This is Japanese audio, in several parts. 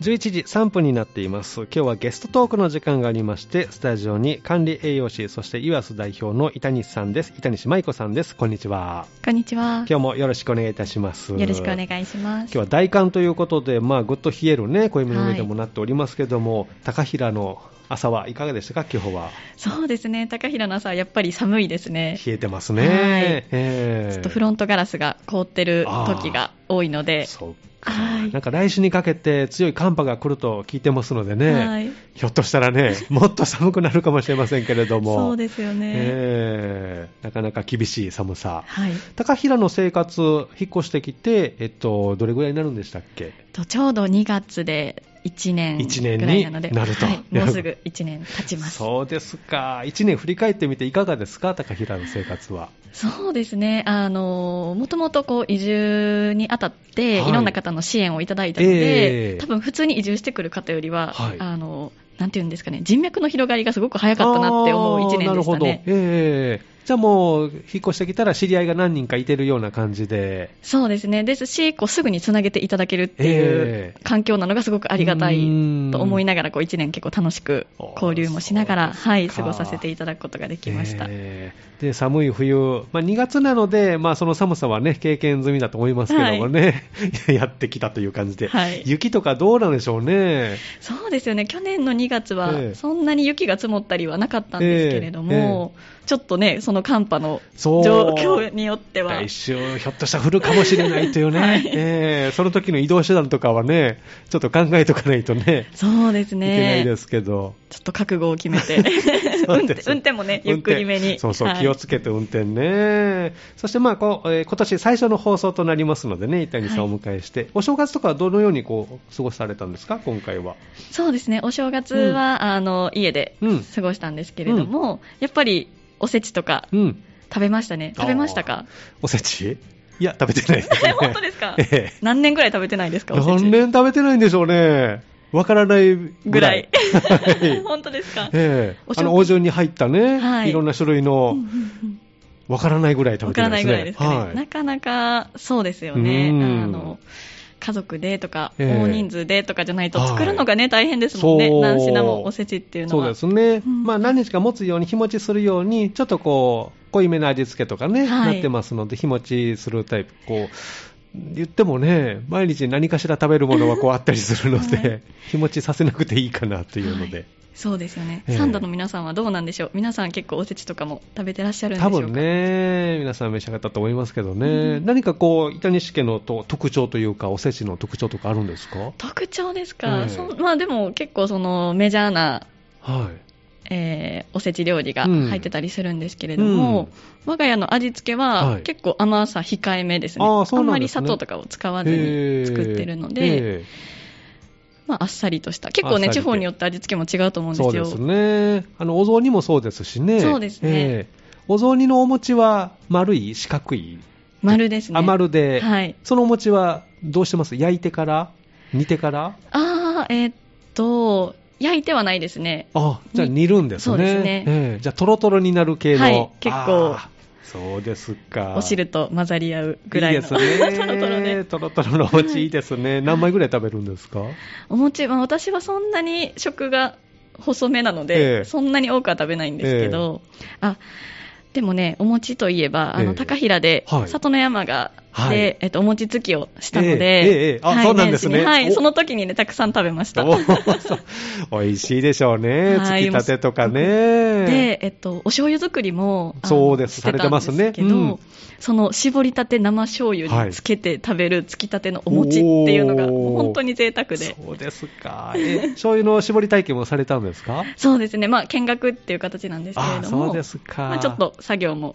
11時3分になっています今日はゲストトークの時間がありましてスタジオに管理栄養士そして岩須代表の板西さんです板西舞子さんですこんにちはこんにちは。今日もよろしくお願いいたしますよろしくお願いしま今す。日は大寒ということで、まあ、ぐっと冷えるね、暦の上でもなっておりますけども、高平の朝はいかがでしたか、今日は。そうですね。高平の朝はやっぱり寒いですね。冷えてますね。はいええちょっとフロントガラスが凍ってる時が多いので、そうかはいなんか来週にかけて強い寒波が来ると聞いてますのでね、はいひょっとしたらね、もっと寒くなるかもしれませんけれども、そうですよね。ええなかなか厳しい寒さ。はい。高平の生活、引っ越してきて、えっと、どれぐらいになるんでしたっけとちょうど2月で1年一年にぐらいなので、なるとはいもうすぐ1年経ちます。そうですか。1年振り返ってみていかがですか、高平の生活は。そうですね、あのもともとこう移住にあたって、はいい、ろんな方の支援をいただいたので、ええ多分普通に移住してくる方よりは、はいあのなんていうんですかね、人脈の広がりがすごく早かったなって思う1あーな年るでしほたど。ね。ええじゃあもう、引っ越してきたら知り合いが何人かいてるような感じで。そうですね、ですし、こうすぐにつなげていただけるっていえう環境なのがすごくありがたいと思いなながら、こう1年結構楽しく交流もしながあーら、そうはでい、すか過ごさせていただくことができました。ええで、寒い冬、まあ、2月なので、まあ、その寒さはね、経験済みだと思いますけどもね、 やってきたという感じで。はい雪とかどうなんでしょうね。そうですよね去年の2月ええはそんなに雪が積もったりはなかったんですけれども、ちょっとね、その寒波のそう。状況によっては来、週、ひょっとしたら降るかもしれないと いうね、ええその時の移動手段とかはね、ちょっと考えとかないとね、そうですいけないね、ですけど、ちょっと覚悟を決めて、 そう運で転す運転もね、ゆっくりめ運に。転そうそう、はい気をつけて運転ね、そしてまあこう、えー今年最初の放送となりますのでね、板谷さんをお迎えして、お正月とかはどのようにこう過ごされたんですか、今回は。そうですね、お正月は、あの家でうん過ごしたんですけれども、やっぱりおせちとかうん、食べましたね、食べましたか、おせちいや、食べてないです、ね 。本当ですか、ええ何年ぐらい食べてないですか、おせち何年食べてないんでしょうね、わからないぐぐららい い。。 本当ですか、ええお正月あの、王城に入ったね、、はいいろんな種類のうんうん、うんわからないぐらい食わべかてらるんなでいすぐね。らいですかね、はいなかなかそうですよね、うんあの家族でとか、ええ大人数でとかじゃないはと、い作るのがね、大変ですもんねそう、何品もおせちっていうのそうは。ですね、うんまあ何日か持つように日持ちするようにちょっとこう濃いめの味付けとかね、はいなってますので日持ちするタイプこう言ってもね毎日何かしら食べるもの はこうあったりするので、はい日持ちさせなくていいかなというので、はいそうですよね、ええサンダの皆さんはどうなんでしょう、皆さん結構おせちとかも食べてらっしゃるんでしょ多うか分ね皆さん召し上がったと思いますけどね、うん何かこう板西家のと特徴というかおせちの特徴とかあるんですか特徴ですか、ええそまあ、でも結構そのメジャーな、はいえーおせち料理がうん入ってたりするんですけれども、我が家の味付けははい結構甘さ控えめですね、ああそうなんですねんまり砂糖とかを使わずに作ってるので、ええまあ、あっさりとした、結構あね、っさ地りで方によって味付けも違うと思うんでそうすでよ。すね、あのお雑煮もそうですしね、そうですねええお雑煮のお餅は丸い、四角い、丸ですね。あ丸で、はい。そのお餅はどうしてます焼いてから、煮てから、あー、えーっと、焼いてはないですね。あじゃあに煮るんですね、そうですねええじゃあ、とろとろになる系の、はい結構あー、そうですか、お汁と混ざり合うぐらいの。いですね、 トロトロで。とろとろのお餅、いいです ね、何枚ぐらい食べるんですか、お餅は、私はそんなに食が細めなので、ええそんなに多くは食べないんですけど、あ、でもね、お餅といえば、あええの、高平で、はい里の山が、はいで、えっと、お餅つきをしたので、ええええええあはいそうなんですね年始にはい、おその時にね、たくさん食べました。おー そう美味しいでしょうね、つはいきたてとかね。で、えっと、お醤油作りも、あのそうですしてたんでさすれてけますど、ねうんその絞りたて生醤油につけて食べるつきたてのお餅っていうのが、おーもう本当に贅沢で。そうですか。え、醤油の絞り体験もされたんですかそうですね。まあ、見学っていう形なんですけあれどそうもで、すか。まあ、ちょっ。と作業も、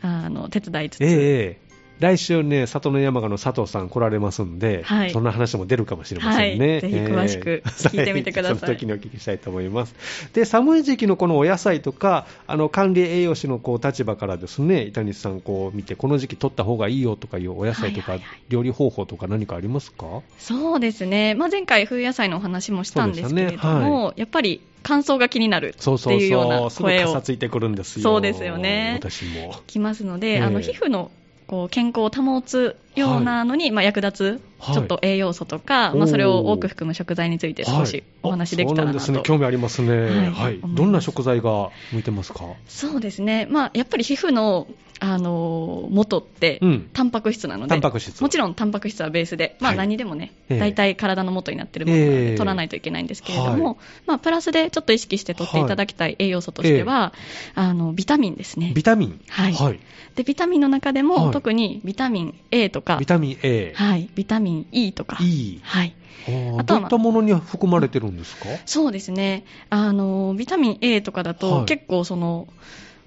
あの、手伝いつつ、ええええ来週ね、里の山鹿の佐藤さん来られますんで、はいそんな話も出るかもしれませんね。はいぜひ詳しく聞いてみてくだ さいその時にお聞きしたいと思います。で、寒い時期のこのお野菜とか、あの、管理栄養士のこう立場からですね、板西さんこう見て、この時期取った方がいいよとかいうお野菜とか、はいはいはい料理方法とか何かありますかそうですね。まあ、前回、冬野菜のお話もしたんですけれどそうでしたねも、やっぱり乾燥が気になるってそうそういうようそなう、すぐ声かをさついてくるんですよ。そうですよね私も。きますのえで、えあの皮膚のこう健康を保つようなのに、まあ、役立はいつちょっと栄養素とか、おーまあ、それを多く含む食材について少しお話できたらなと、はいあそうなんですね。興味ありますね。は。はいいどんな食材が向いてますかそうですね、まあ、やっぱり皮膚の、あのー元って、うんタンパク質なのでタンパク質もちろんタンパク質はベースで、まはあ、い何でもね、ええ大体体の元になってるものなので、ええ取らないといけないんですけれども、はいまあ、プラスでちょっと意識して取っていただきたい栄養素としては、あのビタミンですねビタミン。はいでビタミンの中でも、はい特にビタミン A とかビタミン A。はい、ビタミン E とか、 E はい、あああどとはういったものに含まれてるんですかそうですねあのビタミン A とかだと、はい結構その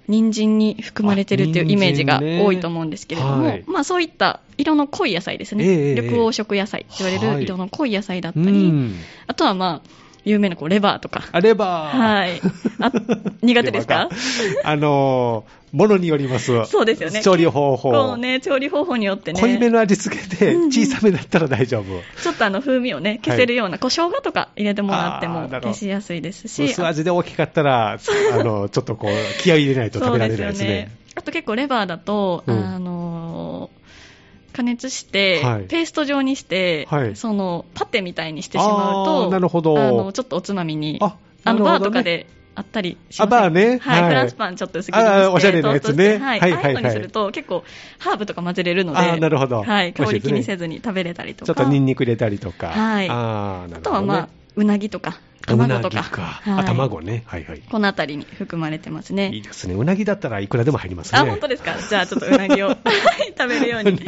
人参に含まれてるっていうイメージあが人参ね多いと思うんですけれども、はいまあ、そういった色の濃い野菜ですね、ええええ緑黄色野菜って言われはるい色の濃い野菜だったうり、ん。あとはまあ有名なこうレバーとか、あれば、はい、あ苦手ですレバかー あのー、ものによります。そうですよね調理方法。結構ね、調理方法によってね、濃いめの味付けで、小さめだったら大丈夫。ちょっとあの風味をね消せるような、こう生姜とか入れてもらってあーなるもほど消しやすいですし、薄味で大きかったら、あの、ちょっとこう、気合い入れないと食べられないですそうよね。あと結構レバーだと、うんあの加熱して、はいペースト状にして、はいそのパテみたいにしてしまうあーとなるほどあのちょっとおつまみにあ,、あ、なるのほどねバーとかであったりしませんあバーねはいはいフランスパンちょっと薄切りにしてあーおしゃれなやつねトーストしてはいはいはいはいああいうのにすると結構ハーブとか混ぜれるのであーなるほどはい、香り気美味しにいでせずに食べれたりとちょかっとニンニク入れたりとか。はいあーなるあほどねとはまあうなぎとか卵とかうなぎはあ、い卵ね。はいはい。この辺りに含まれてますねいいですね。うなぎだったらいくらでも入りますね。あ本当ですかじゃあちょっとう なぎをはい食べるように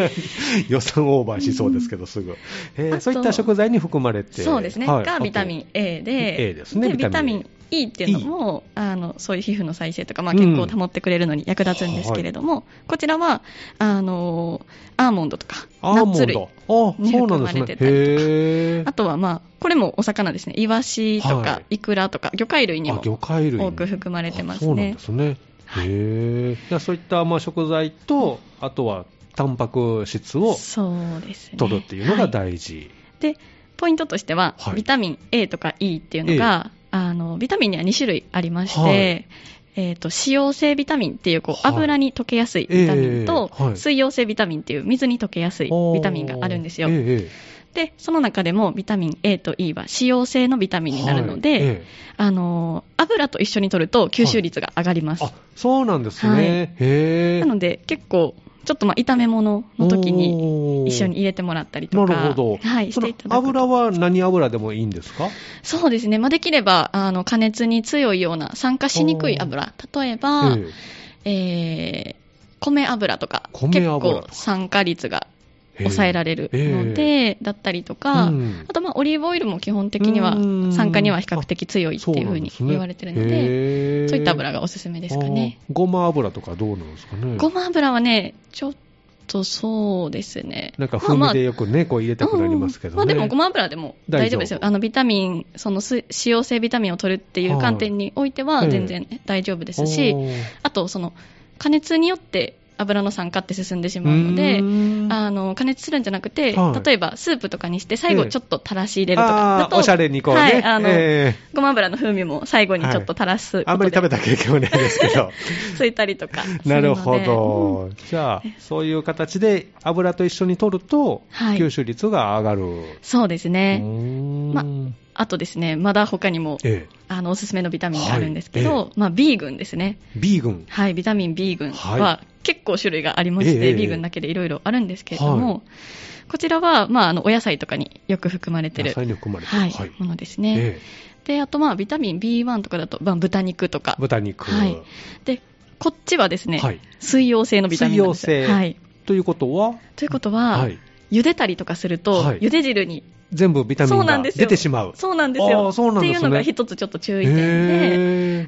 予算オーバーしそうですけど、すぐ。えーあとそういった食材に含まれて。そうですね、はいがビタミン A で A ですねビビタタミミンン E っていうのも、あのそういう皮膚の再生とか、まあ、うん健康を保ってくれるのに役立つんですけれども、こちらはあのアーモンドとかあとナアーッモツン類ド。あ、そうなんですに含まねれ。てたりとかへーあとは、まあ、これもお魚ですねイワシとか、はイクラとか魚介類にあも魚介類に多く含まれてますあそうなんねですね。はへいえ。じゃあそういったまあ食材と、あとはタンパク質をそうですね取るっていうのがはい大事。でポイントとしては、はいビタミン A とか E っていうのが、あのビタミンには2種類ありまして、はいえー、と脂溶性ビタミンっていうこう、はい油に溶けやすいビタミンと、ええはい水溶性ビタミンっていう水に溶けやすいビタミンがあるんですよ、あーええでその中でもビタミン A と E は脂溶性のビタミンになるので、はいええあの油と一緒に摂ると吸収率が上がります、あ、そうなんですね。はいへえ。なので結構ちょっとまあ炒め物の時にに一緒に入れてもらったりとかなるほど。はい、しそてのいただくと油は何油でもいいんですかそうですね、まあ、できればあの加熱に強いような酸化しにくい油、例えば、えええー米油とか、米油とか結構酸化率が抑えられるので、えだったりとか、うんあとまあオリーブオイルも基本的にはうん酸化には比較的強いっていうふうに言われてるので、そういった油ががおすすめですかね。。あーごま油とかどうなんですかね。ごま油はね、ちょっとそうですね。なんか風味でまあまあよくね、こう入れたくなりますけどね。うんまあ、でもごま油でも大丈夫ですよ大丈夫あのビタミンそのす使用性ビタミンを取るっていう観点においてははい全然大丈夫ですし、おーあとその加熱によって油の酸化って進んでしまうのでうーんあの加熱するんじゃなくて、はい例えばスープとかにして最え後えちょっと垂らし入れるとかだあーと、おしゃれにこうね。はいあのえごま油の風味も最後にちょっと垂らえすあんまことりで食べた経験はないですけど。ついたりとか するのでなるほうんど。じゃあ、そういう形で油と一緒に取ると、はい吸収率が上がる。そうですね、うーんまあとですねまだ他にもえあのおすすめのビタミンがあるんですけはど、いえまあ、B 群ですねえ、ビーグン。はい、ビタミン B 群はは結構種類がありまして、ええ B 群だけでいろいろあるんですけれども、はこちらは、まあ、あのお野菜とかによく含まれて野る、菜に含まれてる。はいものですね。ええであと、まあ、ビタミン B1 とかだと、まあ、豚肉とか豚肉。はいで、こっちはですね、はい水溶性のビタミンなんですよ水溶性はい、ということは、ということは、はい茹でたりとかすると、はい茹で汁に全部ビタミそうンながんです出よてしまう。そうなんですあーよそうなんってですねいうのが一つちょっと注意点で。へ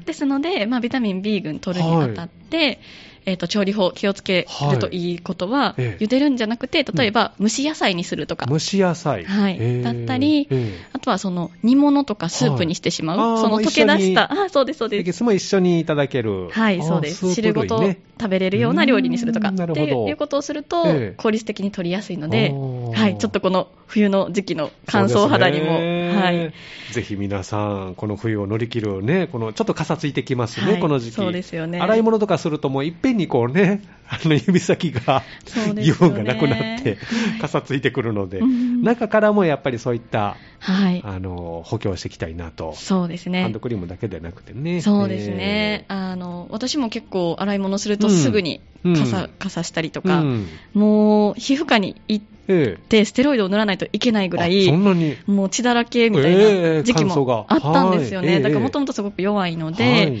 えですので、まあ、ビタミン B 群取るにあたって、えー、と調理法気をつけるといいことは、ええ茹でるんじゃなくて例えば蒸し野菜にするとか、蒸し野菜、はいへえだったりえあとはその煮物とかスープにしてしまう、はいあーそのもう溶け出し一たあそうですそうえエでキすスも一緒にいただける、はいあーそうです、スー汁プご類とね食べれるような料理にするとかうーっんてなるほどいうことをすると、ええ効率的に取りやすいのあで、ーはい、ちょっとこの冬の時期の乾燥肌にも、そうですねはい、ぜひ皆さん、この冬を乗り切るね、このちょっとかさついてきますね、はいこの時期、そうですよね洗い物とかすると、もういっぺんにこうね、あの指先が、そうです 油よね分がなくなっては、いかさついてくるのでう、ん中からもやっぱりそういった、はい。あの、補強していきたいなと。そうですハねンド。クリームだけでなくてね。そうですね。えー。あの、私も結構洗い物するとうんすぐにかうさん、かさしたりとうか、んもう皮膚科に行っええてステロイドを塗らないといけないぐらあそい、んなに。もう血だらけみたいええな時期乾燥がもあったんですよはいえね。えだからもともとすごく弱いのはでい、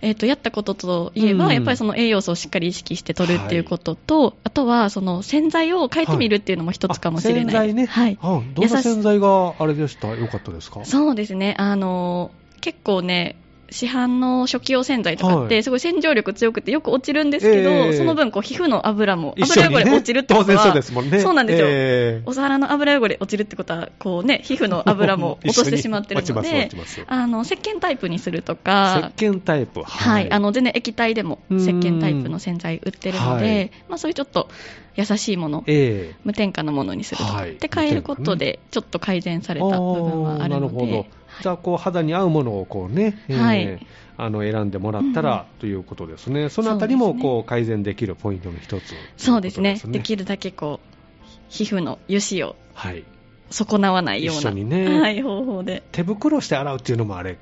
えっと、やったことといえうんば、やっぱりその栄養素をしっかり意識して取るっていうことと、あとはその洗剤を変えてみるっていうのも一つかもしれあない洗剤ね。です。はい。あどんな洗剤があれでした良かったですかそうですね、あの結構ね、市販の食器用洗剤とかっはて、いすごい洗浄力強くて、よく落ちるんですけど、ええその分こう、皮膚の油も、一緒油に汚れね落ちるってこ当とは、然そうですもんね。そうなんですよええお皿の油汚れ落ちるってことは、こうね、皮膚の油も落としてしまってる 一緒のに落でち、ます、落ちまあの石鹸タイプにするとすか。。石鹸タイプ。は。はいい、あの全然液体でもうん石鹸タイプの洗剤売ってるのはでい、まあ、そういうちょっと優しいもの、ええ無添加のものにするとか、はいで変えることで、ちょっと改善された部分はあるので、ーなるほど、じゃあこう肌に合うものをこうね、えーはいあの選んでもらったら、ということですねそのあたりそもうですねこう改善できるポイントの一つそうですね。ということできるだけこう、皮膚の油脂をはい、損なわないような。一緒にねはい、方法で。手袋して洗うっていうのもあれ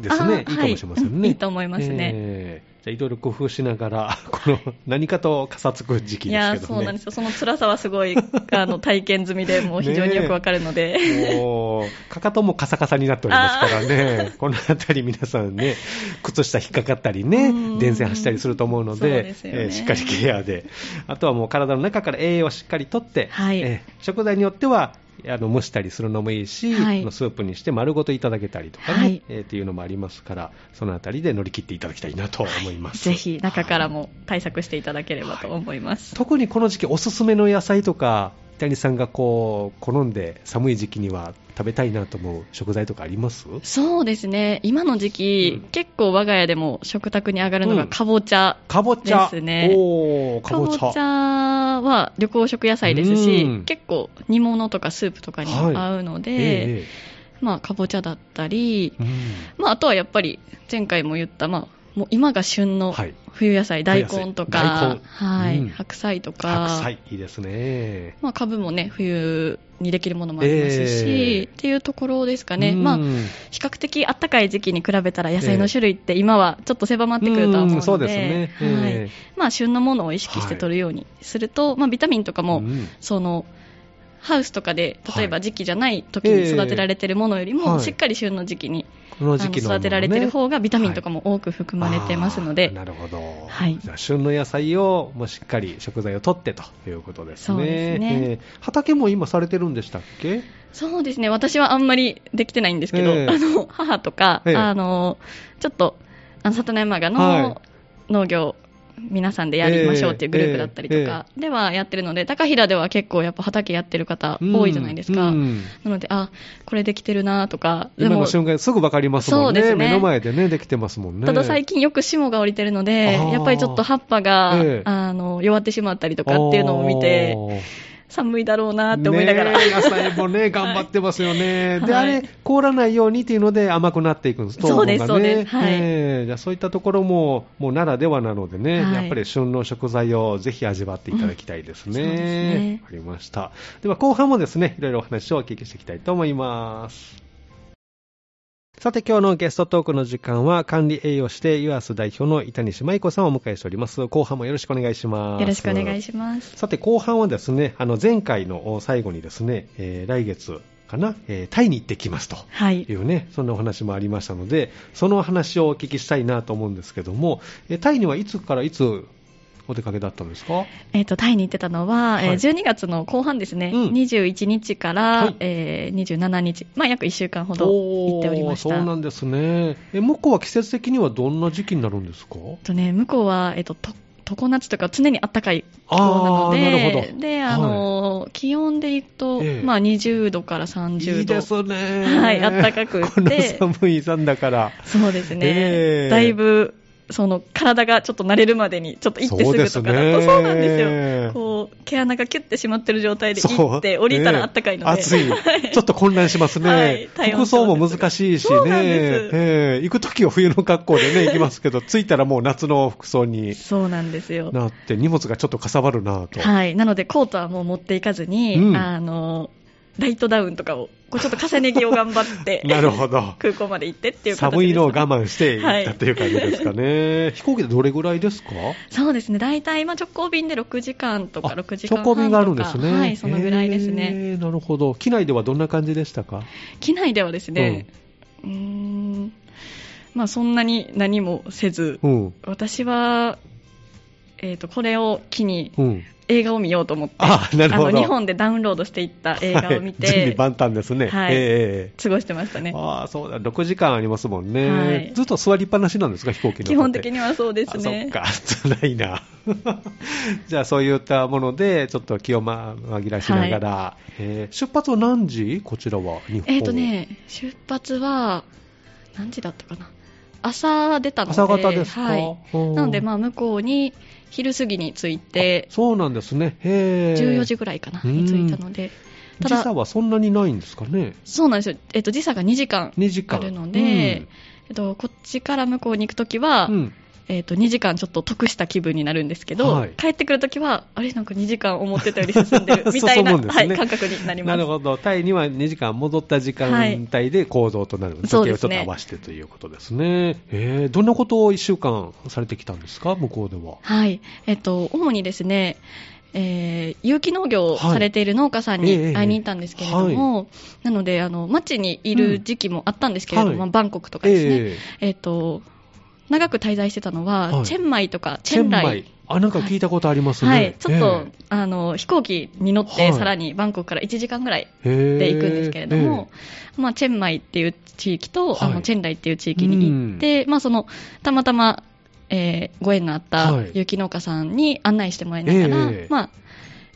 ですねいいあーかもしれませんはね、い、いいと思いますね。えーじゃあいろいろ工夫しながらこの何かとかさつく時期いでやーすけそどうねなんですよ。その辛さはすごい、あの、体験済みで、もう非常によくわかるので。もうかかともカサカサになっておりますからね、このあたり、皆さんね、靴下引っかかったりうね、ん電線走ったりすると思うのそうで、ですよねえーしっかりケアで、あとはもう体の中から栄養をしっかりとって、はいえー食材によっては、あの蒸したりするのもいいし、はいスープにして丸ごといただけたりとかね、はいえーっていうのもありますから、そのあたりで乗り切っていただきたいなと思います。ぜひ、中からも対策していただければと思います。特にこの時期おすすめの野菜とか北谷さんがこう好んで寒い時期には食べたいなと思う食材とかありますそうですね。今の時期、うん結構我が家でも食卓に上がるのうがんかぼちゃ。かぼちゃですねおーかかぼぼちちゃゃは緑黄色野菜ですし、うん結構煮物とかスープとかにはいも合うので、えまあ、かぼちゃだったり、えまあ、あとはやっぱり前回も言った、まあ、もう今が旬うんのはい冬野菜、冬野大菜根大とか根、はいうん白菜とか、白菜いいですねまあ、株もね、冬にできるものもありますえし、えっていうところですかね。うんまあ比較的暖かい時期に比べたら野菜の種類って今はちょっと狭まってくるとは思うので、んそうですね、はいえまあ、旬のものを意識して取るようにすると、まあ、ビタミンとかえも、うんそのハウスとかで例えはばい時期じゃない時に育てられてるものよりも、はいしっかり旬の時期に、このあ時期ののものね育てられてる方がビタミンとかも多く含まれてますのあーで、なるほど、はいじゃあ旬の野菜をもうしっかり食材を取ってということですねそうですねええ畑も今されてるんでしたっけそうですね私はあんまりできてないんですけど、ええあの母とか、ええあのちょっとあの里の山がはの農業、皆さんでやりましょうっていうグループだったりとかではやってるので、高平では結構やっぱ畑やってる方多いじゃないですか、うんうんなので、あ、これできてるなとか、で今もの、瞬間すぐ分かりますもんねそうですね目の前でねできてますもんねただ最近よく霜が降りてるので、あーやっぱりちょっと葉っぱが、ええあの、弱ってしまったりとかっていうのを見て、寒いだろうなって思いながら。ねえ野菜もね頑張ってますよね、であ はいれ凍らないようにっていうので甘くなっていくんですそうです糖分がねそうですはいええじゃあそういったところももうならではなのでね、はいやっぱり旬の食材をぜひ味わっていただきたいですね,、うんそうですねありましたでは後半もですねいろいろお話をお聞きしていきたいと思いますさて今日のゲストトークの時間は管理栄養士でユアス代表の板西舞子さんをお迎えしております後半もよろしくお願いしますよろしくお願いします。さて後半はですねあの前回の最後にですね、えー来月かな、えータイに行ってきますとはいい。うねそんなお話もありましたのでそのお話をお聞きしたいなと思うんですけども、えータイにはいつからいつお出かけだったんですかえっ、と、タイに行ってたのは、はいえー12月の後半ですね。うん21日から、はいえー27日、まあ約1週間ほど行おっておりまーした。そうなんですねえ向こうは季節的にはどんな時期になるんですかえっとね、向こうは、えっと、と常夏というか常に暖かい気候なあのあで、ーなるほどで、あの、気温でいくと、ええまあ20度から30度。いいですね はい暖かくてこの寒い山だからそうですね、ええだいぶその体がちょっと慣れるまでに、ちょっと行ってすぐとかだと、そそですねううなんですよ。こう、毛穴がキュッてしまってる状態でそう行って、降りたらあったかいので。暑いは。ちょっと混乱しますね。はい体温服装も難しいしね。そうなんですええ行くときは冬の格好でね、行きますけど、着いたらもう夏の服装にそうなんですよ。なって、荷物がちょっとかさばるなぁと。はい。なので、コートはもう持っていかずに、うんあの、ライトダウンとかを、こうちょっと重ね着を頑張って、。なるほど空港まで行ってっていう形で寒いのを我慢しては行っいたという感じですかね。飛行機でどれぐらいですかそうですね。大体、まあ、直行便で6時間とか、6時間直半とか。行便があるんですね。はい、そのぐらいですね。ええ。なるほど。機内ではどんな感じでしたか機内ではですね、うーん、まあ、そんなに何もせず、うん。私は、えっ、と、これを機にうん。映画を見ようと思って、あ、なるほど。あの、日本でダウンロードしていった映画はいを見準備て、万端ですね。はいええ過ごしてましたね。ああ、そうだ、6時間ありますもんね。はいずっと座りっぱなしなんですか、飛行機の中って基本的にはそうですね。あそっか、辛い な。じゃあ、そういったもので、ちょっと気をま紛らしながら、えー出発は何時こちらは、日本えっ、と。ね、出発は、何時だったかな。朝出たので、朝方ですか。はい。うんなので、まあ、向こうに昼過ぎに着いて、そうなんですね。へー14時ぐらいかな、に着いたので、た時だ差はそんなにないんですかね。そうなんですよ、えっと時差が2時間2時間。あるので、えっと、こっちから向こうに行くときは、うん、うんえっと、2時間ちょっと得した気分になるんですけど、はい帰ってくるときは、あれ、なんか2時間思ってたより進んでるみたいな、 そうそうですはねい、感覚になりまなす。るほど、タイには2時間戻った時間帯で行動となる、い時計そうでをちょすっとね合わせてということですね、えーどんなことを1週間されてきたんですか、向こうでは。はい、えっと、主にですね、えー有機農業をされている農家さんはいええに会いに行ったんですけれども、なのであの、町にいる時期もあったんですけれども、うんはいバンコクとかですね、えーえっと、長く滞在してたのは、はいチェンマイとかチチェェンンラマイイ、あなんか聞いたことありますね、はい、ちょっと、えーあの飛行機に乗っはて、いさらにバンコクから1時間ぐらいへーで行くんですけれども、まあ、チェンマイっていう地域と、はいあのチェンライっていう地域に行って、まあ、そのたまたま、えーご縁のあっはたい雪農家さんに案内してもらいながら、ええまあ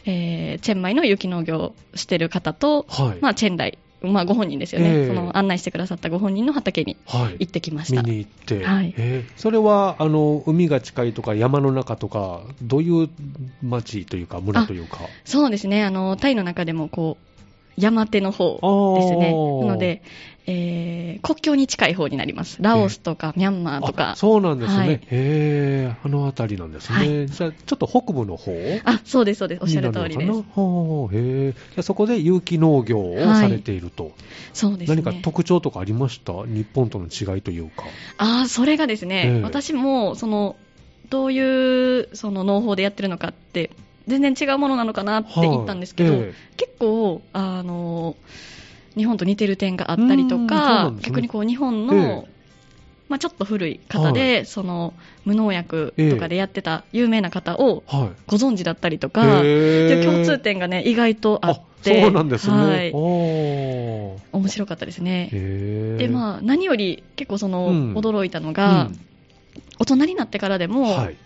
えーチェンマイの雪農業をしてる方と、えーはいまあ、チェンライ、まあ、ご本人ですよね、ええその案内してくださったご本人の畑にはい行ってきまし見た。に行って、はいえーそれはあの海が近いとか、山の中とか、どういう町というか、村というか。そうですね、あのタイの中でもこう山手の方ですね、あーなので、えー国境に近い方になります、ラオスとかミャンマーとあか、そうなんですね、はいへーあの辺りなんですね、はじゃあちょっと北部の方あそうです、そうです、おっしゃる通りにでなるすの、かなはあへーじゃあそこで有機農業をされていると、そうです何かね、特徴とかありました日本との違いというか。あーそれがですね、ええ私もそのどういうその農法でやってるのかって、全然違うものなのかなって言ったんですけど、はいえ結構、あの日本と似てる点があったりとうーんそうなか、んですね逆にこう日本えの、まあ、ちょっと古い方で、その無農薬とかでやってた有名な方をえはいご存知だったりとか、っていう共通点がね、意外とあって、そうなんですね、はいあ、ー面白かったですね。へーでまあ、何より結構その、うん驚いたのが、うん大人になってからでも、はい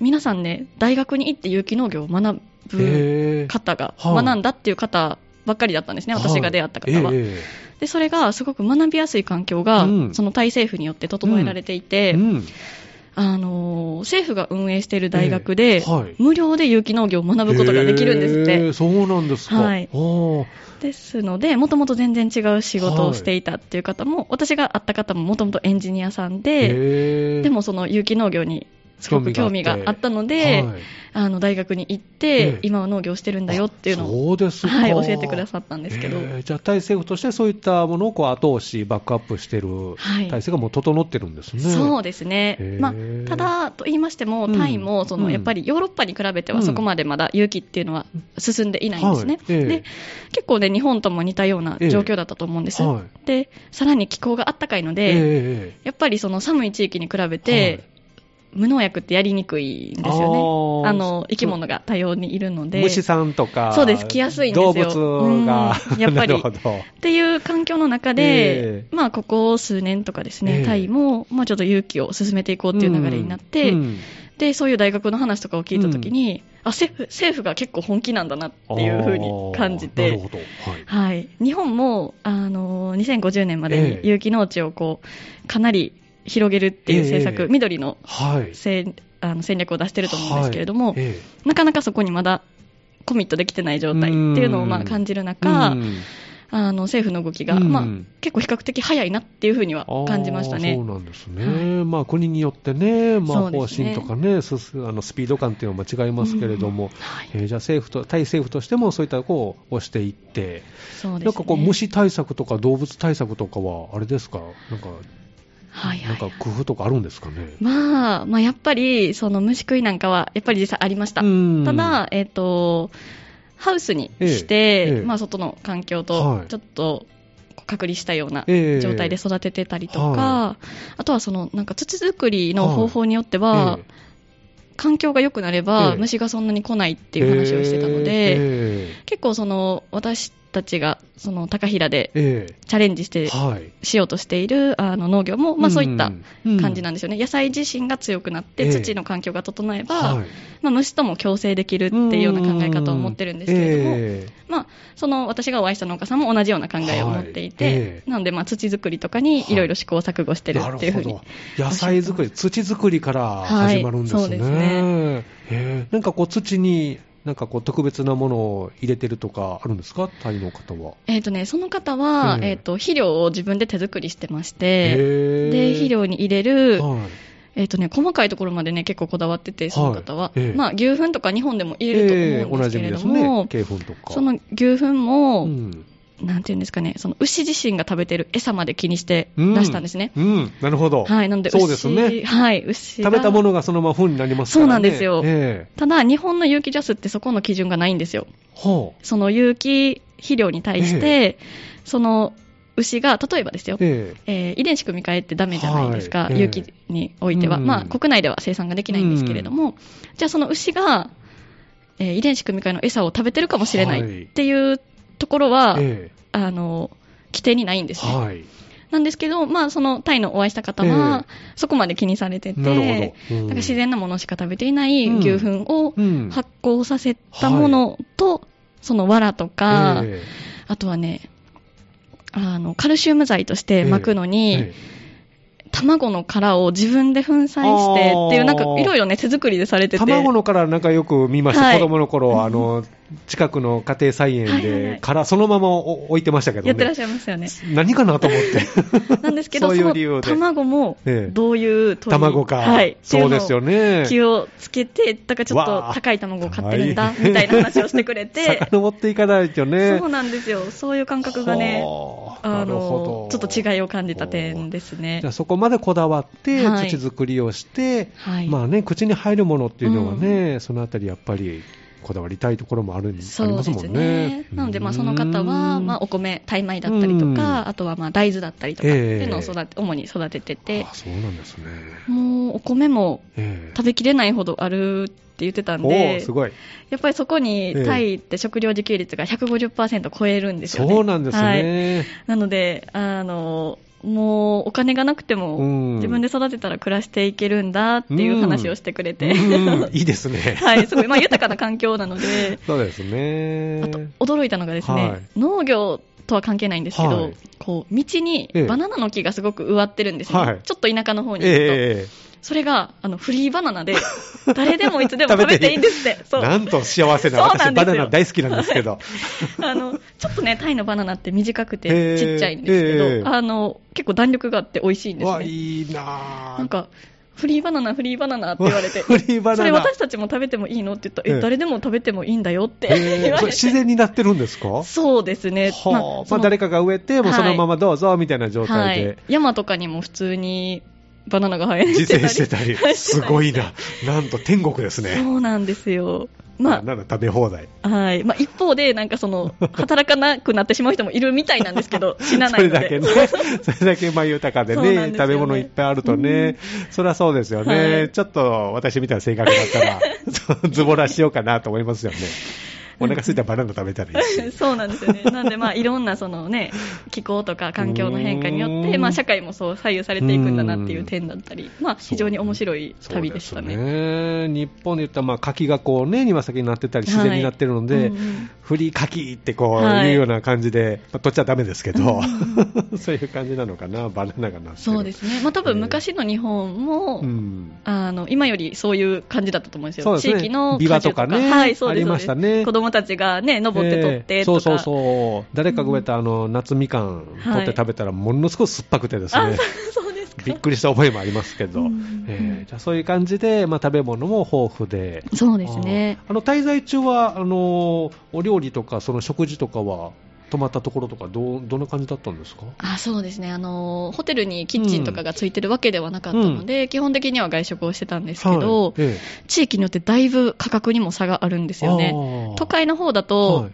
皆さんね大学に行って有機農業を学ぶへー方が、はい学んだっていう方ばっかりだったんですね、私が出会った方は。ええでそれがすごく学びやすい環境が、うんそのタイ政府によって整えられていて、うんあのー政府が運営している大学えで、えはい無料で有機農業を学ぶことができるんですっへてーそうなんですか、はいあーですのでもともと全然違う仕事をしていたっていう方も、私が会った方ももともとエンジニアさんで、へーでもその有機農業にすごく興味があったのはで、いあの大学に行って、ええ今は農業してるんだよっていうのを、そうですかはい、教えてくださったんですけど、えーじゃあ、体制府としてそういったものをこう後押し、バックアップしてるはい体制がもう整ってるんですね。そううですね、へーまあ、ただ、と言いましても、うんタイもその、うんやっぱりヨーロッパに比べてうは、んそこまでまだ勇気っていうのは進んでいないんですね、はいええで結構ね、日本とも似たような状況だったと思うんです、はでさらに気候があったかいのえで、ええやっぱりその寒い地域に比べはてい、無農薬ってやりにくいんですあよーね、あの生き物が多様にいるので。虫さんとか、そうです来やすいんですよ動物が、うんやっぱ りなるほど。っていう環境の中で、えまあ、ここ数年とかですね、ええタイも、まあ、ちょっと勇気を進めていこうっていう流れになって、うんうんでそういう大学の話とかを聞いたときに、あ政府政府が結構本気なんだなっていうふうに感じあーなるて、ほど。はい。はい、日本もあの2050年までえにえ有機農地をこうかなり広げるっていう政え策、え緑のはい。戦あの戦略を出してると思うんですけれども、はいえなかなかそこにまだコミットできてない状態っていうのをまうあん感じるえ中、うんあの政府の動きが、うんまあ、結構比較的早いなっていうふうには感じましたあーそねう。なんですね、はまあ、国によってね、まそあ、うで方すね針とかね、すすあのスピード感っていうのは違いますけれども、はい、えーじゃあ政府と、対政府としてもそういったこうをしていって、そうですね。なんかこう、虫対策とか動物対策とかは、あれですか、なんか、はいはいなんか工夫とかあるんですかね。まあ、まあ、やっぱり、その虫食いなんかは、やっぱり実際ありました。うんただ、えっ、と、ハウスにして、ええええまあ、外の環境はとい、ちょっと、隔離したようなええ状態で育ててたりとはか、あとはその、なんか土作りの方法によっては、え環境が良くなれば、ええ虫がそんなに来ないっていう話をしてたので、え結構その、私たちが、その、高平でええチャレンジしてえ、はい、しようとしている、あの、農業も、まあ、そういった、感じなで、んんですよね、野菜自身が強くなって、ええ土の環境が整えば、はいまあ、虫とも共生できるっていうような考え方を持ってるんですけれども、えまあ、その私がお会いした農家さんも同じような考えを持っていて、はいええなので、まあ、土作りとかにいろいろ試行錯誤してるなっていうふうに、るほど野菜作り、土作りから始まるんですね。はいそうですねへえなんかこう土になんかこう特別なものを入れてるとかあるんですか、タイの方は。えーとね、その方は、えええー、と肥料を自分で手作りしてまして、へえで肥料に入れる、はい、えーとね、細かいところまで、ね、結構こだわってて、その方は、はいええまあ、牛糞とか2本でも入れると思うんですけれどええおも、なじみですね、鶏粉とか。その牛糞も、うんなんていうんですかね、その牛自身が食べてる餌まで気にして出したんですね。うん、うんなるほど。はい、なので牛そうですね。はい、牛が食べたものがそのまま糞になりますからね。そうなんですよええただ、日本の有機ジャスってそこの基準がないんですよ。ほう。その有機肥料に対して、その牛が、例えばですよ、ええー遺伝子組み換えってダメじゃないですか、はいええ有機においては、うんまあ、国内では生産ができないんですけれども、じゃあその牛が、えー遺伝子組み換えの餌を食べてるかもしれなはいいっていうところは、ええあの規定にないんでえすね。はい。なんですけど、まあ、そのタイのお会いした方は、そこまで気にされてて、なるほど。うんなんか自然なものしか食べていないうん牛糞をうん発酵させたものと、その藁とか、えあとはね、あの、カルシウム剤としえて巻くのに、ええ卵の殻を自分で粉砕してっていあーう、なんかいろいろね、手作りでされてて。卵の殻なんかよく見ました、は子い供の頃あの近くの家庭菜園はいはいはでい殻そのままお置いてましたけどやってらっねしゃいま すよね。何かなと思ってなんですけど、そうそいうの理由で卵もええ、どういう 鳥卵か、はい。っていそうのでをすよね気をつけて、だからちょっわあと高い卵を買ってるんだ、はいみたいな話をしてく れて、遡っていかないとねそうなんですよ。そういう感覚がね、ほうあなるほの、ちょどっと違いを感じた点ですねじゃ。あそこまでこだわってはい土作りをして、はい。まあね口に入るものっていうのはね、そのあたりやっぱりこだわりたいところもあるんありそうますでもすんねね。なので、まあ、その方は、まあ、お米、タイ米だったりうとんか、あとは、まあ、大豆だったりとか、えっえていうのを育て、主に育てててあ、そうなんですね、もう、お米もええ食べきれないほどあるって言ってたんおーで、すごいやっぱりそこにええ、タイって食料自給率が150%超えるんですよね。そうなんですはいね、なので、あの、もうお金がなくても、うん自分で育てたら暮らしていけるんだっていう話をしてくれて、。うんいいですね はい、すごい、まあ、豊かな環境なので、そうですね。あと驚いたのがですね、はい農業とは関係ないんですけど、はいこう道にええバナナの木がすごく植わってるんですね、はいちょっと田舎の方に行くと、ええそれがあのフリーバナナで、誰でもいつでも 食食べべていていいいんですって、そうなんと幸せな、そうな私、んバですよナナ大好きなんですけど、あのちょっとね、タイのバナナって短くええてちっちゃいんですけど、ええあの結構弾力があって美味しいんですわ、ね。いいなぁなんか、フリーバナナ、フリーバナナって言われて、 フリーバナナそれ私たちも食べてもいいのって言ったら、えええ、誰でも食べてもいいんだよってええ言わそれれて、自然になってるんですかそうですね、はあ、そまあ、の誰かが植えて、もうそのままどうぞ、みたいな状は態でい、。山とかにも普通にバナナが生えてたり自生してたりは、いすごいな。なんと天国ですね。そうなんですよ。バまナナ食べ放題。あ、はい。まあ、一方で、なんか その、働かなくなってしまう人もいるみたいなんですけど、死なそなれいので。だけね、 それだけまあ豊かでそうなねんですよ食ねべ物いっぱいあるとね、そりゃそうですよね、はい ちょっと私みたいな性格だったら、そうズボラしようかなと思いますよね。お腹空いたらバナナ食べたらいいし そうなんですよね。なんで、まあ、いろんなそのね、気候とか環境の変化によっうーて、んまあ、社会もそう左右されていくんだなっていう点だったり、まあ、非常に面白い旅でしたそうね。ですね日本で言ったら、まあ、柿がこうね、庭先になってたり、自然になってるので、はいうんうんフリー柿ってこう、、はいいうような感じで、まあ、取っちゃダメですけど、 そういう感じなのかな、バナナがなってるそうですね。まあ、多分昔の日本も、うんあの今よりそういう感じだったと思うんですよ、そうですね地域のビワとかね果樹はい、そうですありましたねそうです子供たちが、ね、登って取ってとえーそか、うそうそう誰かが植えた、あの夏みかんはい取って食べたらものすごく酸っぱくてですね、あ そうそうですか、びっくりした覚えもありますけど、 うんえーじゃあそういう感じで、まあ、食べ物も豊富でそうですね、あーあの滞在中はあのお料理とかその食事とかは泊まったところとかどうどんな感じだったんですかあそうですねあのホテルにキッチンとかがついてるわけではなかったので、基本的には外食をしてたんですけど、はいえ地域によってだいぶ価格にも差があるんですよね。ね都会の方だと、はい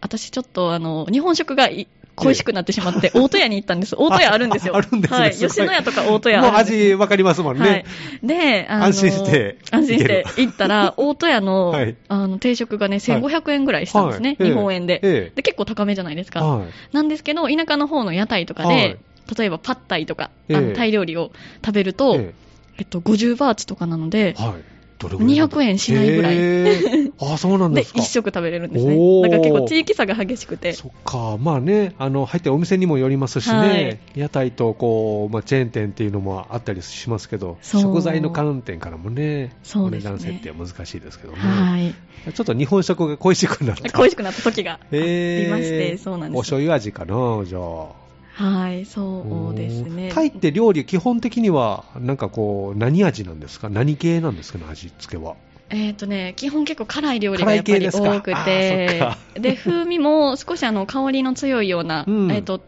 私ちょっとあの日本食がい恋しくなってしまって、大戸屋に行ったんです。大戸屋あるんですよ。ああるんですねはい。すごい吉野家とか大戸屋もうあるんです味わかりますもんね、はい。で、あの安心 して安心して行行っ たら、大戸屋の、はいあの、定食がね、1500円ぐらいしたんですね。はいええ日本円で、ええで、結構高めじゃないですか。はいなんですけど、田舎の方の屋台とかで、はい例えばパッタイとか、ええあのタイ料理を食べると、ええっと、50バーツとかなのでえ、はい、どれぐらいなんだ200円しないぐらい。へーあそうなんで、ですか1食食べれるんですおーね。だから結構地域差が激しくて。そっか、まあね、あの入ってお店にもよりますしね、はい屋台とこう、まあ、チェーン店っていうのもあったりしますけど、そう食材の観点からもね、そうですねお値段設定は難しいですけどね、はい。ちょっと日本食が恋しくなった。恋しくなった時があえりーまして、そうなんおです。醤油味かな、じゃあ。はい、そうですね。おータイって料理、基本的には、なんかこう、何味なんですか何系なんですかね、味付けは。えーとね、基本結構辛い料理がやっぱり辛い多系ですかくてあーそっ、で風味も少しあの香りの強いような、うんえー、と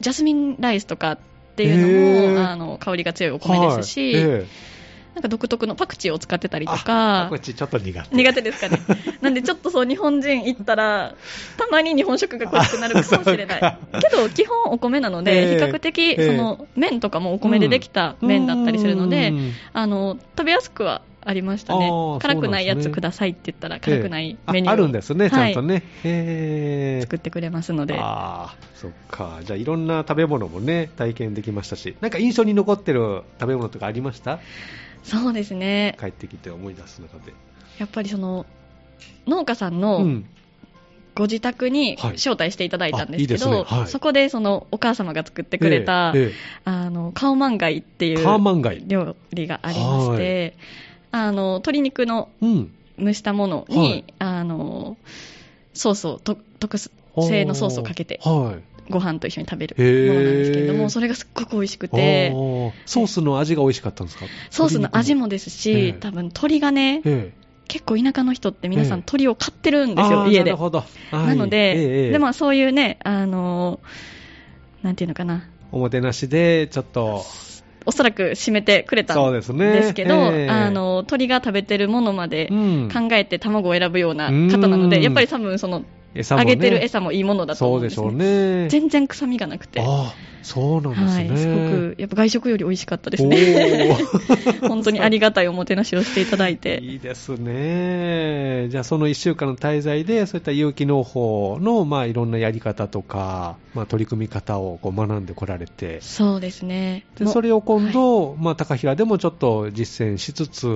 ジャスミンライスとかっていうのへもーあの香りが強いお米ですし、はいええなんか独特のパクチーを使ってたりとあかこっ。ちちょっと苦手。苦手です かねなんでちょっとそう日本人行ったらたまに日本食が恋しくなるかもしれなあいけど基本お米なのえでえ比較的ええその麺とかもお米でできた麺だったりするので、うんあの食べやすくはありましたあねー辛くないやそうなんですつねくださいって言ったら辛くないメニューを、ああるんですね、ちゃんとはいね。へー作ってくれますのでああ、そっか。じゃあ、いろんな食べ物もね、体験できましたし、なんか印象に残ってる食べ物とかありましたそうですね帰ってきて思い出す中で。やっぱりその農家さんうのん。ご自宅にはい招待していただいたんですけど、あいいですねはいそこでそのお母様が作ってくれた、ええあのカオマンガイってえいえうカーマンガイ。料理がありまして、あの鶏肉のうん。蒸したものに、はいあのソースをと特製のソースをかけてはい。ご飯と一緒に食べるへーものなんですけれども、それがすっごく美味しくてあ、ーソースの味が美味しかったんですかソースの味も。もですええし、多分鶏がね、ええ結構田舎の人って皆さえんえ鶏を飼ってるんですあよ、ー家なでる。ほど。はいなのええで、でええまあそういうね、あのー、なんていうのかな、おもてなしで、ちょっと、おそらく締めてくれたそうんですね。ですけど、ええあ、の鳥が食べてるものまでうん考えて卵を選ぶような方なのうんで、やっぱり多分その、餌もあねげてる餌もいいものだとそ思ううんででしすょうね。ね。全然臭みがなくて。ああ、そうなんですはね。い、すごく、やっぱ外食より美味しかったですね。お ー本当にありがたいおもてなしをしていただい て。いいですね。じゃあ、その1週間の滞在で、そういった有機農法の、まあ、いろんなやり方とか、まあ、取り組み方をこう学んでこられて、そうですね。でもうそれを今度、まあ、高平でもちょっと実践しつつ、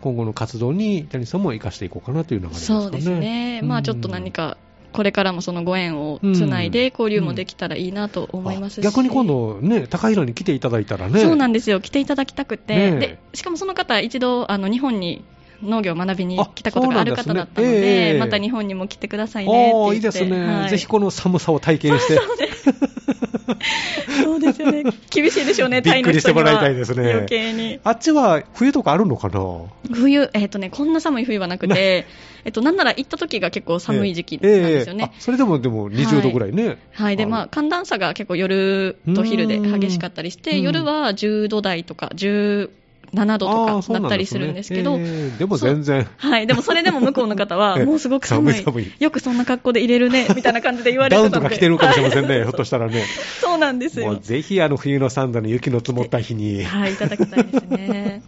今後の活動に谷さんも生かしていこうかなという流れですかね。そうですね。まあちょっと何か、これからもそのご縁をつないで交流もできたらいいなとうん、思いますあし。逆に今度、ね、高平に来ていただいたらね。そうなんでですよ。来ていただきたくて。ねえで、しかもその方、一度、あの、日本に農業を学びにあ来たことがある方だったのそうなんで、ですねええまた日本にも来てくださいねって言っおて。ーいいですね、はいぜひこの寒さを体験して。そうですよ ね。厳しいでしょうね、タイびの人には。っくりしてもらいたいですね余計に。あっちは冬とかあるのかな 冬、えっ、とね、こんな寒い冬はなくて、えっと、なんなら行った時が結構寒い時期なんですよね。ええあそれでもでも20度ぐらいね、はい。で、まあ、寒暖差が結構夜と昼で激しかったりしうて、ん夜は10度台とか17度あーとそうなかなったりするんですけど、ねええでも全然はい。でもそれでも向こうの方は、 ええもうすごく寒い。寒い寒よくそんな格好で入れ るね、みたいな感じで言われダウてンたとのかで。着てるかもしれませんはいね、ひょっとしたらね、 そうなんですもうよ。ぜひあの冬のサンダの雪の積もった日に、 はい、いただきたいですね。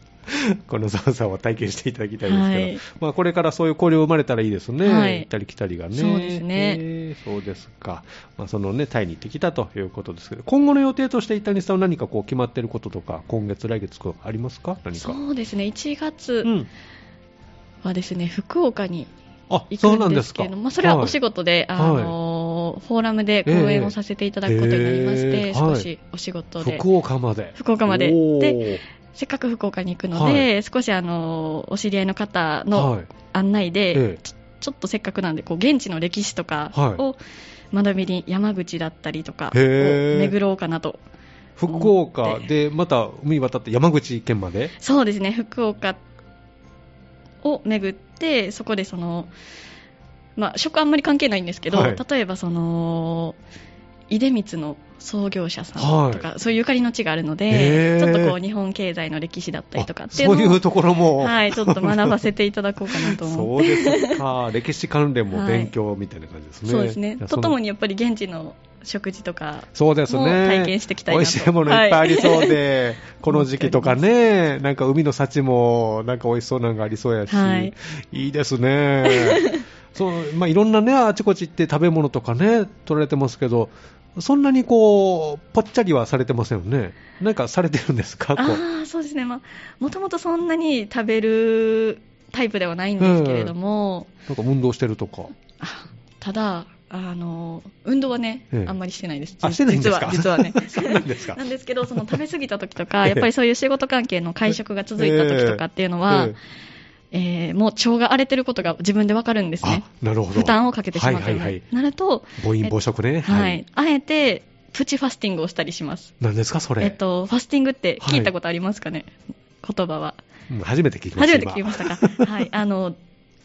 このざわざわを体験していただきたいですけど、まあ、これからそういう交流生まれたらいいですね、はい行ったり来たりがね、そうですねえーそうですか、まあ、そのね、タイに行ってきたということですけど、今後の予定として、伊谷さんは何かこう決まっていることとか、今月、来月、ありますか、何か。そうですね1月うん、はですね、福岡にあ行そうくなんんでですすけかれども、まあ、それはお事、仕事で、はいあのフォーラムで講演をさせていただくことになりましええて、ええ少しお仕事で、福岡まで。福岡までおーでせっかく福岡に行くので、少しあのお知り合いの方はのい案内で、ええちょちょっとせっかくなんでこう現地の歴史とかはいを学びに山口だったりとかをへえ巡ろうかなと、福岡で、また海渡って山口県まで。そうですね福岡を巡ってそこでその、まあ、食あんまり関係ないんですけど、はい例えばその出光の創業者さんとか、そういうゆかりの地があるのへでえちょっとこう日本経済の歴史だったりとかあっていうそうのいをうところも。はい、ちょっと学ばせていただこうかなと思そっうて。ですか、歴史関連もはい勉強みたいな感じですね。そうですね。いやととも そのにやっぱり現地の食事とか、そうですね。もう体験していきたい美なと味しいものいっぱいありそうで、この時期とか思ね、なんか海の幸も、なんか美味しそうなのがありそうやし、はいい、いです ね。そう、まあ、いろんなね、あちこち行って食べ物とかね、取られてますけど、そんなにこう、ぽっちゃりはされてませんよね。なんかされてるんですか、こう。ああ、そうですね。まあ、もともとそんなに食べるタイプではないんですけれども、なんか運動してるとか。あただ、あの、運動はね、ええあんまりしてないです。あしてないんですか。実は、実はね そうなんです かなんですけど、その食べ過ぎた時とか、やっぱりそういう仕事関係の会食が続いた時とかっていうのは、ええーもう腸が荒れてることが自分でわかるんですえあね。、なるほど。負担をかけてしまうとはいいうはいはい。なると、暴飲暴食ね。はい、。あえてプチファスティングをしたりします。何ですか、それ。えっと、ファスティングって聞いたことありますかね、言葉は。うん初めて聞きました。初めて聞きました か。はい、あの、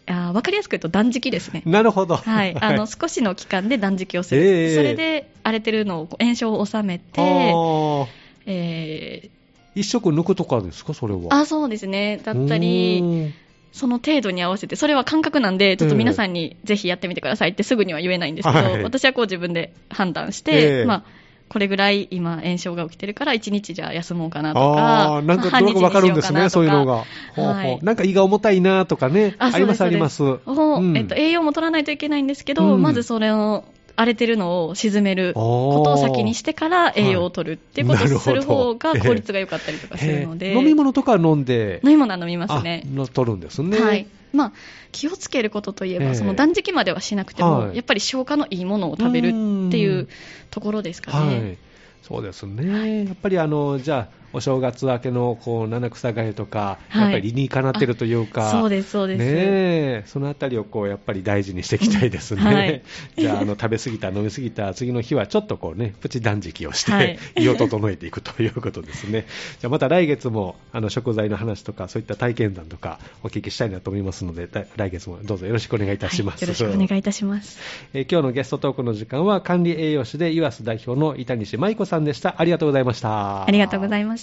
あわかりやすく言うと断食ですね今。なるほど。はい、あの少しの期間で断食をする、ええそれで荒れてるのをこう炎症を収めあて、ーえ一食抜くとかですか、それはー。あそうですね、だったうり、ーん、その程度に合わせて、それは感覚なんで、ちょっと皆さんにぜひやってみてくださいってすぐには言えないんですけど、はい私はこう自分で判断しえて、えまあ、これぐらい今、炎症が起きてるから、1日じゃ休もうかなとか、ああー、なんまあとなくわかるんですね、そういうの。半日にしようが。ほかなとかうほうはいなんか胃が重たいなとかね、ああそうりまですす、あります。をうんえっと、栄養も取らないといけないんですけど、うんまずそれを、荒れてるのを沈めることを先にしてから栄養を取るっていうことをする方ながるほど効率が良かったりとかするのへで、え飲み物とか飲んで、飲み物は飲みますね。あの取るんですね。はいまあ、気をつけることといえば、ええその断食まではしなくても、はいやっぱり消化のいいものを食べるっていううんところですかはね。い、そうですね、やっぱりあのじゃあ、お正月明けのこう七草がゆとか、はいやっぱり理にかなってるというか、そうです、そうです。ねえ、そのあたりをこうやっぱり大事にしていきたいですね。はい じゃああの食べ過ぎた飲み過ぎた次の日はちょっとこうねプチ断食をして、はい 胃を整えていくということですね。じゃあまた来月もあの食材の話とかそういった体験談とかお聞きしたいなと思いますのでだ来月もどうぞよろしくお願いいたします。はいよろしくお願いいたします。えー今日のゲストトークの時間は管理栄養士で岩瀬代表の板西舞子さんでした。ありがとうございました。ありがとうございました。